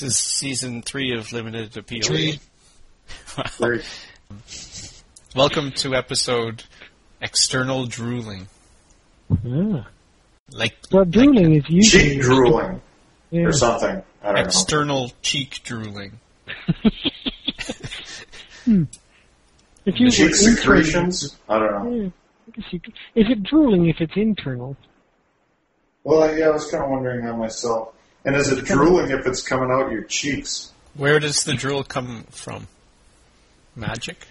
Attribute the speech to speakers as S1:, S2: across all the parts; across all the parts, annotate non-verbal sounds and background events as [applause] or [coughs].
S1: is season three of Limited Appeal.
S2: Three.
S1: Wow.
S3: Weird.
S2: Welcome to episode External Drooling.
S4: Yeah.
S2: Like
S4: Well, drooling is
S3: Cheek
S4: usually
S3: drooling
S4: yeah.
S3: or something. I don't know.
S2: external cheek drooling.
S4: it's usually
S3: Cheek secretions. I don't know.
S4: internal. Yeah. Secret- Is it drooling if it's internal?
S3: Well, yeah, I was kind of wondering that myself. And is it drooling if it's coming out your cheeks?
S2: Where does the drool come from? Magic?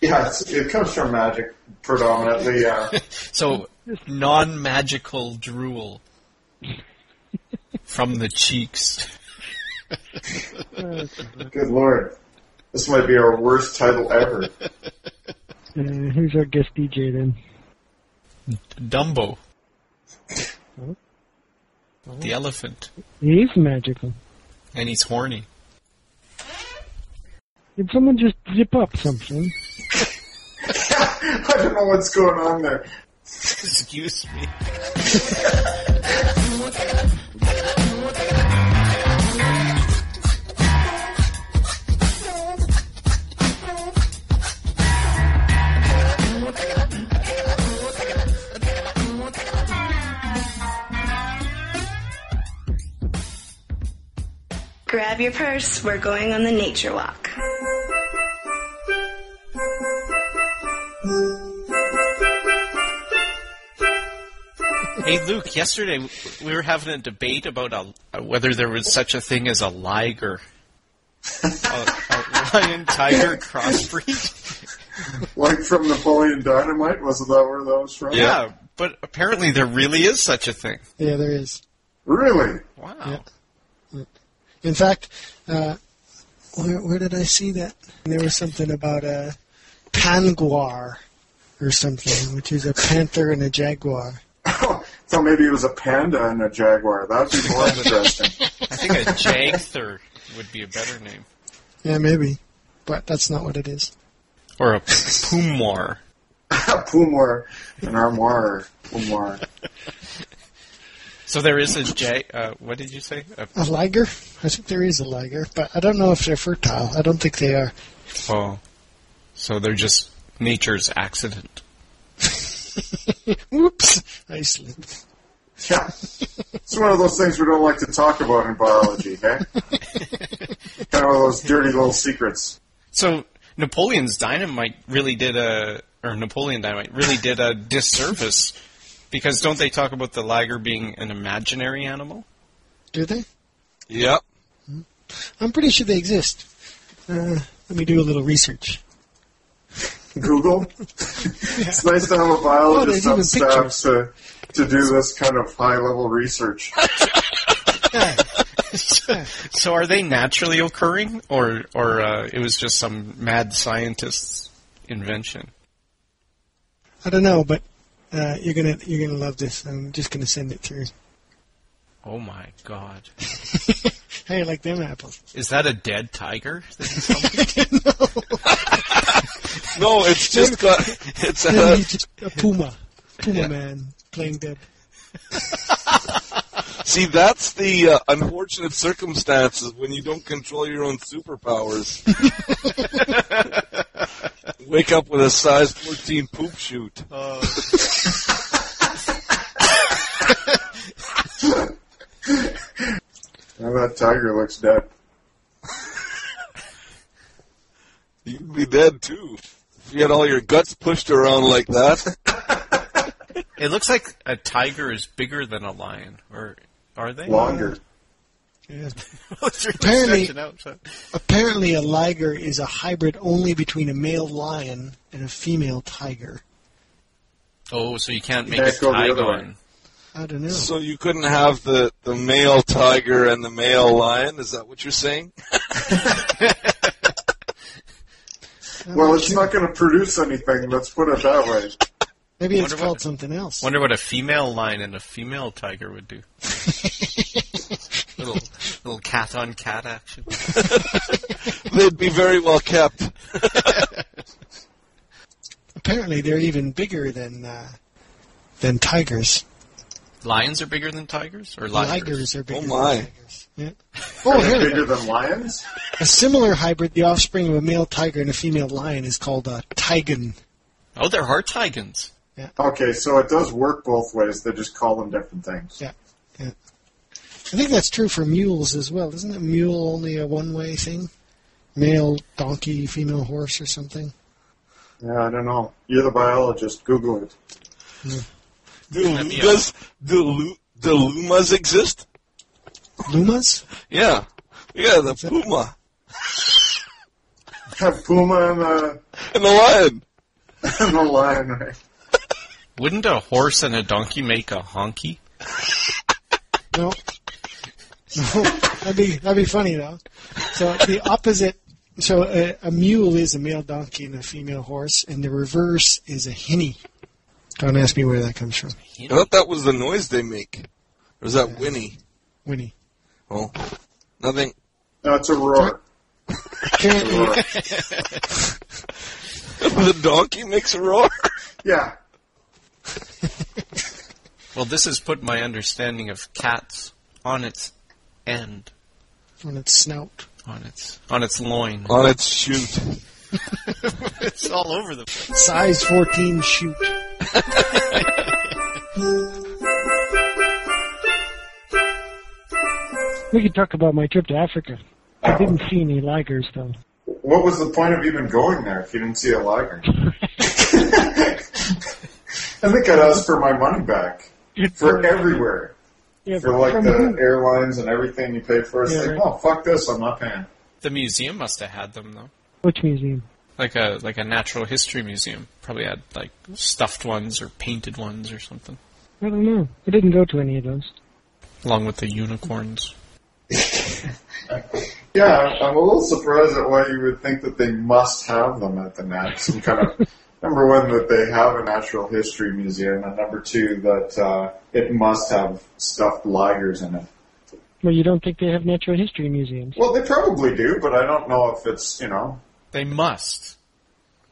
S3: Yeah, it's, it comes from magic predominantly. Yeah,
S2: So, non magical drool from the cheeks.
S4: Uh,
S3: good lord, this might be our worst title ever. [laughs]
S4: uh, who's our guest DJ then?
S2: Dumbo.
S4: Hmm?
S2: The elephant.
S4: He is magical.
S2: And he's horny.
S4: Did someone just zip up something?
S3: I don't know what's going on there.
S2: Excuse me.
S5: Grab your purse, we're going on the nature walk.
S1: Hey, Luke, yesterday w- we were having a debate about a, uh, whether there was such a thing as a liger. a, a lion tiger crossbreed?
S3: Like from Napoleon Dynamite, wasn't that where that was from?
S1: Yeah, but apparently there really is such a thing.
S6: Yeah, there is.
S3: Really?
S1: Wow.
S6: In fact, uh, where, where did I see that? There was something about a panguar or something, which is a panther and a jaguar.
S3: so maybe it was a panda and a jaguar. That'd be
S6: [laughs]
S3: more interesting. [laughs]
S1: I think a jagther would be a better name.
S6: Yeah, maybe, but that's not what it is.
S1: Or a pumor.
S3: Pumor and armoire. Pumor.
S1: So there is a jag. Uh, what did you say? A,
S6: A liger? I think there is a liger, but I don't know if they're fertile. I don't think they are.
S1: oh. So they're just nature's accident.
S6: Whoops! I slipped.
S3: Yeah. It's one of those things we don't like to talk about in biology,
S6: [laughs]
S3: eh? kind of those dirty little secrets.
S1: So Napoleon's dynamite really did a, or Napoleon dynamite really did a disservice because don't they talk about the liger being an imaginary animal?
S6: Do they?
S7: Yep.
S6: I'm pretty sure they exist. Uh, let me do a little research.
S3: Google. [laughs] it's nice to have a biologist
S6: Oh,
S3: on
S6: there's even
S3: staff to, to do this kind of high level research.
S1: So are they naturally occurring, or or uh, it was just some mad scientist's invention?
S6: I don't know, but uh, you're gonna you're gonna love this. I'm just gonna send it through.
S1: Oh my god!
S6: Hey, I like
S1: [laughs]
S6: them apples.
S1: Is that a dead tiger? [laughs]
S7: No, it's just got. It's uh,
S6: Then
S7: a.
S6: he's just a puma, puma man playing dead.
S7: See, that's the uh, unfortunate circumstances when you don't control your own superpowers. [laughs] Wake up with a size 14 poop shoot.
S3: Now that tiger looks dead.
S7: You'd be dead too. If you had all your guts pushed around like that. [coughs]
S1: It looks like a tiger is bigger than a lion, or are they? [laughs]
S3: Longer.
S6: Yeah.
S1: Let's read the
S6: Apparently-
S1: section out, so-
S6: Apparently, a liger is a hybrid only between a male lion and a female tiger.
S1: Oh, so you can't make
S3: Let's
S1: a
S3: go the other way.
S1: tigon.
S6: I don't know.
S7: So you couldn't have the, the male tiger and the male lion? Is that what you're saying? [laughs]
S3: Well, it's not going to produce anything. Let's put it that way.
S6: Maybe it's
S1: Wonder what-
S6: called something else.
S1: Wonder what a female lion and a female tiger would do. little little cat on cat action.
S7: They'd be very well kept.
S6: Apparently, they're even bigger than uh, than tigers.
S1: Lions are bigger than tigers, or ligers?
S6: Ligers are bigger
S7: my.
S6: than tigers. Yeah.
S3: [laughs]
S6: Oh, here we go.
S3: Oh, Bigger than lions?
S6: A similar hybrid, the offspring of a male tiger and a female lion, is called a tigon.
S1: Oh, there are tigons.
S3: Okay, so it does work both ways. They just call them different things.
S6: Yeah. yeah. I think that's true for mules as well. Isn't a mule only a one way thing? Male donkey, female horse, or something?
S3: Yeah, I don't know. You're the biologist. Google it. [laughs]
S7: Do
S1: That'd be
S7: lumas, do, lu- do lumas exist?
S6: Lumas?
S7: Yeah. Yeah, the puma
S3: Have puma and the,
S7: and the lion.
S3: and the lion, right?
S1: Wouldn't a horse and a donkey make a honky?
S6: No. No. that'd be that'd be funny though. So the opposite. So a, a mule is a male donkey and a female horse, and the reverse is a hinny. Don't ask me where that comes from,
S7: I thought that was the noise they make. Or is that Winnie?
S6: Winnie.
S7: Oh, nothing. [laughs]
S3: That's a roar.
S6: Apparently,
S3: roar.
S7: the donkey makes a roar.
S3: Yeah.
S1: Well, this has put my understanding of cats on its end,
S6: when it's snout.
S1: on its on its loin.
S7: On its shoot.
S1: It's all over the place.
S6: Size 14 shoot.
S4: We could talk about my trip to Africa. I didn't see any ligers though.
S3: What was the point of even going there if you didn't see a [laughs] liger? I think I'd ask for my money back. For everywhere.
S4: Yeah,
S3: For like
S4: from
S3: the
S4: who?
S3: airlines and everything you paid for. It's
S6: Yeah,
S3: like,
S6: right.
S3: no, fuck this, I'm not paying.
S1: The museum must have had them though,
S4: Which museum?
S1: like a like a natural history museum. Probably had like stuffed ones or painted ones or something,
S4: I don't know. I didn't go to any of those.
S1: along with the unicorns.
S3: Yeah, I'm a little surprised at why you would think that they must have them at the Nat. Some kind of [laughs] number one that they have a natural history museum, and number two that uh, it must have stuffed ligers in it.
S4: Well, you don't think they have natural history museums?
S3: Well, they probably do, but I don't know if it's you know
S1: They must.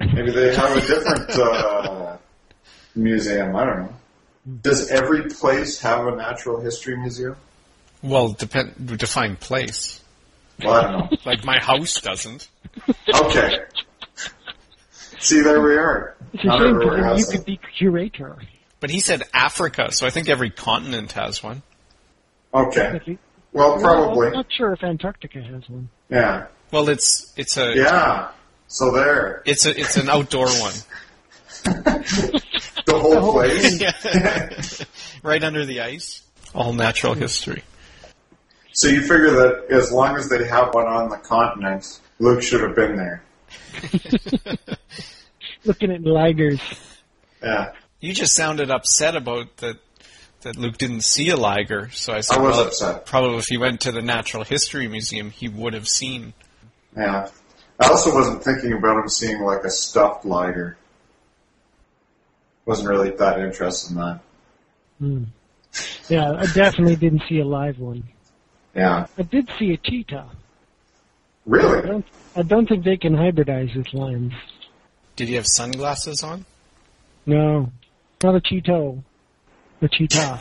S3: maybe they have a different uh, [laughs] museum. I don't know. Does every place have a natural history museum?
S1: Well, depend define place.
S3: Well, I don't know.
S1: Like my house doesn't.
S3: Okay. See, there we are.
S4: It's a
S3: Not
S4: shame
S3: everywhere
S4: because
S3: has
S4: you
S3: them.
S4: could be curator.
S1: But he said Africa, so I think every continent has one.
S3: Okay.
S4: At least-
S3: Well,
S4: Well, I'm
S3: probably.
S4: not sure if Antarctica has one.
S3: Yeah.
S1: Well, it's it's a
S3: Yeah. So there.
S1: it's a it's an outdoor
S3: [laughs]
S1: one, [laughs]
S3: The whole place.
S1: right under the ice. All natural history.
S3: So you figure that as long as they have one on the continent, Luke should have been there.
S4: Looking at ligers.
S3: Yeah.
S1: You just sounded upset about that that Luke didn't see a liger, so I said,
S3: I was
S1: well,
S3: upset.
S1: probably if he went to the Natural History Museum, he would have seen.
S3: Yeah. I also wasn't thinking about him seeing like a stuffed liger. Wasn't really that interested in that.
S4: Hmm. Yeah, I definitely didn't see a live one.
S3: Yeah.
S4: I did see a cheetah. I
S3: Really?
S4: don't, I don't think they can hybridize with lions.
S1: Did he have sunglasses on? [laughs]
S4: No, not a cheeto. A cheetah.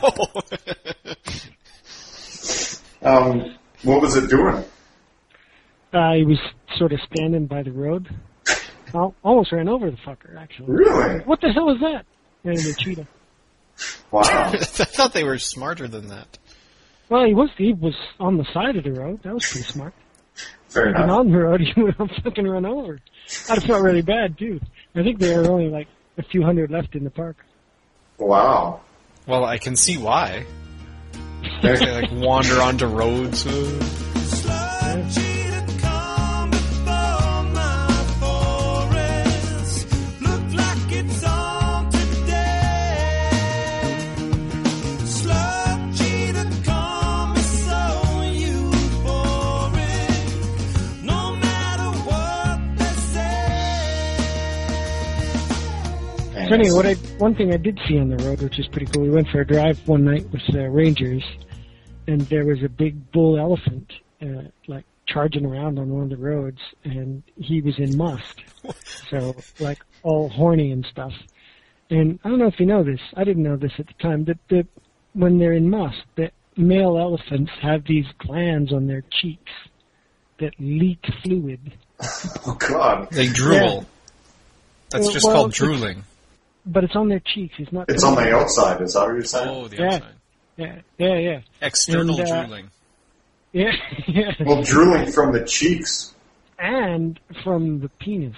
S3: Um, what was it doing?
S4: I was sort of standing by the road. I almost ran over the fucker, actually.
S3: Really?
S4: What the hell is that? And the cheetah.
S3: Wow.
S1: I thought they were smarter than that.
S4: Well, he was he was on the side of the road. That was pretty smart.
S3: Fair
S4: And
S3: enough.
S4: on the road, [laughs] he would have fucking run over. I'd have felt really bad too. I think there were only like a few hundred left in the park.
S3: Wow.
S1: Well, I can see why. They like [laughs] wander onto roads. uh,
S4: So anyway, what I one thing I did see on the road, which is pretty cool, we went for a drive one night with uh, rangers, and there was a big bull elephant uh, like charging around on one of the roads, and he was in must, so like all horny and stuff. And I don't know if you know this, I didn't know this at the time, that the when they're in musk, that male elephants have these glands on their cheeks that leak fluid.
S3: Oh God,
S2: They drool.
S4: Yeah.
S2: That's
S4: Well,
S2: just
S4: well,
S2: called
S4: it's-
S2: drooling.
S4: But it's on their cheeks. It's not.
S3: it's on the outside. Is that what you're saying?
S2: Oh, the
S4: Yeah.
S2: outside.
S4: Yeah, yeah, yeah, [laughs]
S2: External
S4: And, uh,
S2: drooling.
S4: yeah, yeah.
S3: Well, drooling from the cheeks.
S4: And from the penis,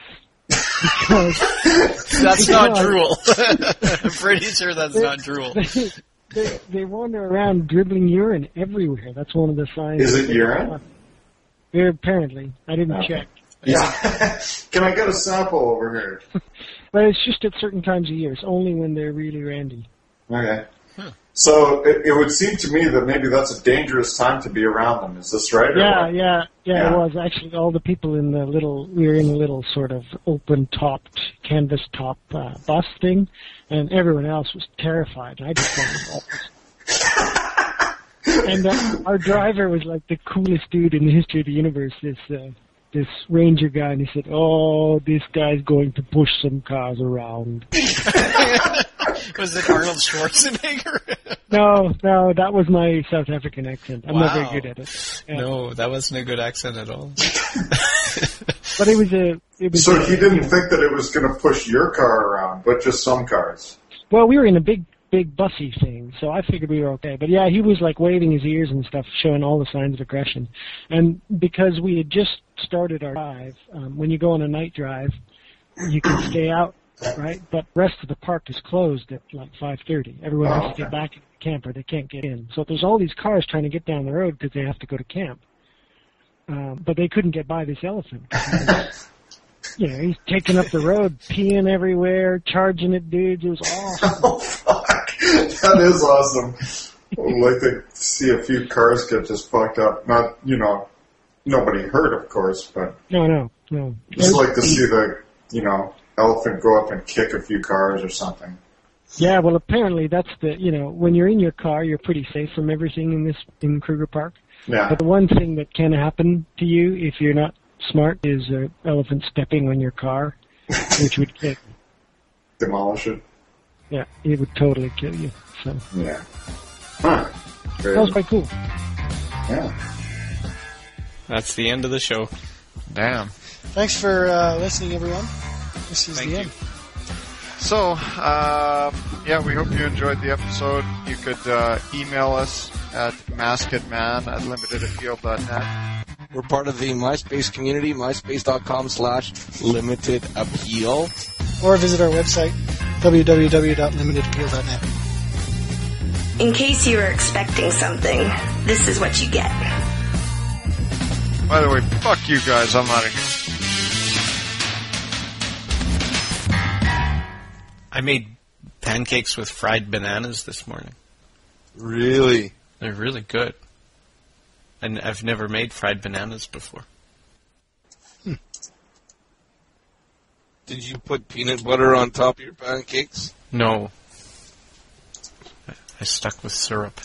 S4: because
S1: [laughs] [laughs] That's not
S4: Yeah.
S1: drool. I'm pretty sure that's not drool.
S4: they, they wander around dribbling urine everywhere. That's one of the signs.
S3: Is it urine? Oh.
S4: Yeah, apparently, I didn't
S3: Okay.
S4: check.
S3: Yeah. [laughs] Can I get a sample over here?
S4: But it's just at certain times of year. It's only when they're really randy.
S3: Okay. So it, it would seem to me that maybe that's a dangerous time to be around them. Is this right? or
S4: Yeah,
S3: what?
S4: yeah, yeah,
S3: Yeah.
S4: It was actually all the people in the little. We were in a little sort of open-topped, canvas-top uh, bus thing, and everyone else was terrified. I just wanted
S3: [laughs]
S4: to. And uh, our driver was like the coolest dude in the history of the universe. This uh, this ranger guy, and he said, "Oh, this guy's going to push some cars around."
S1: Was it Arnold [laughs] Schwarzenegger?
S4: No, no, that was my South African accent. I'm not
S1: Wow.
S4: very good at it. Yeah.
S2: No, that wasn't a good accent at all.
S4: But it was a. It was
S3: So
S4: a-
S3: he didn't think that it was going to push your car around, but just some cars. [laughs]
S4: Well, we were in a big, big bussy thing, so I figured we were okay. But yeah, he was like waving his ears and stuff, showing all the signs of aggression. And because we had just started our drive, um, when you go on a night drive, you can stay out, right? But rest of the park is closed at like 5:30. Everyone
S3: Oh,
S4: has to
S3: okay.
S4: get back to the camp or they can't get in. So there's all these cars trying to get down the road because they have to go to camp. Um, but they couldn't get by this elephant. you know, he's taking up the road, peeing everywhere, charging at dudes. It was awesome.
S3: Oh fuck! That is awesome. I would like to see a few cars get just fucked up. Not you know, nobody hurt, of course, but
S4: No, no, no.
S3: just like to see the you know elephant go up and kick a few cars or something.
S4: Yeah, well, apparently that's the you know when you're in your car, you're pretty safe from everything in this in Kruger Park.
S3: Yeah.
S4: But the one thing that can happen to you if you're not smart is an elephant stepping on your car, which would kill.
S3: Demolish it.
S4: Yeah, it would totally kill you. So
S3: Yeah. Huh.
S4: that was
S3: Crazy.
S4: quite cool.
S3: Yeah.
S1: That's the end of the show.
S2: Damn.
S6: Thanks for uh, listening, everyone. This is
S1: Thank
S6: the
S1: you.
S6: end.
S8: So, um, yeah, we hope you enjoyed the episode. You could uh, email us at maskedman at limitedappeal.net.
S7: We're part of the MySpace community, myspace.com slash limited appeal.
S6: Or visit our website, www.limitedappeal.net.
S5: In case you were expecting something, this is what you get.
S8: By the way, fuck you guys, I'm out of here.
S1: I made pancakes with fried bananas this morning.
S7: Really?
S1: They're really good. And I've never made fried bananas before.
S7: Did you put peanut butter on top of your pancakes?
S1: No. I- I stuck with syrup.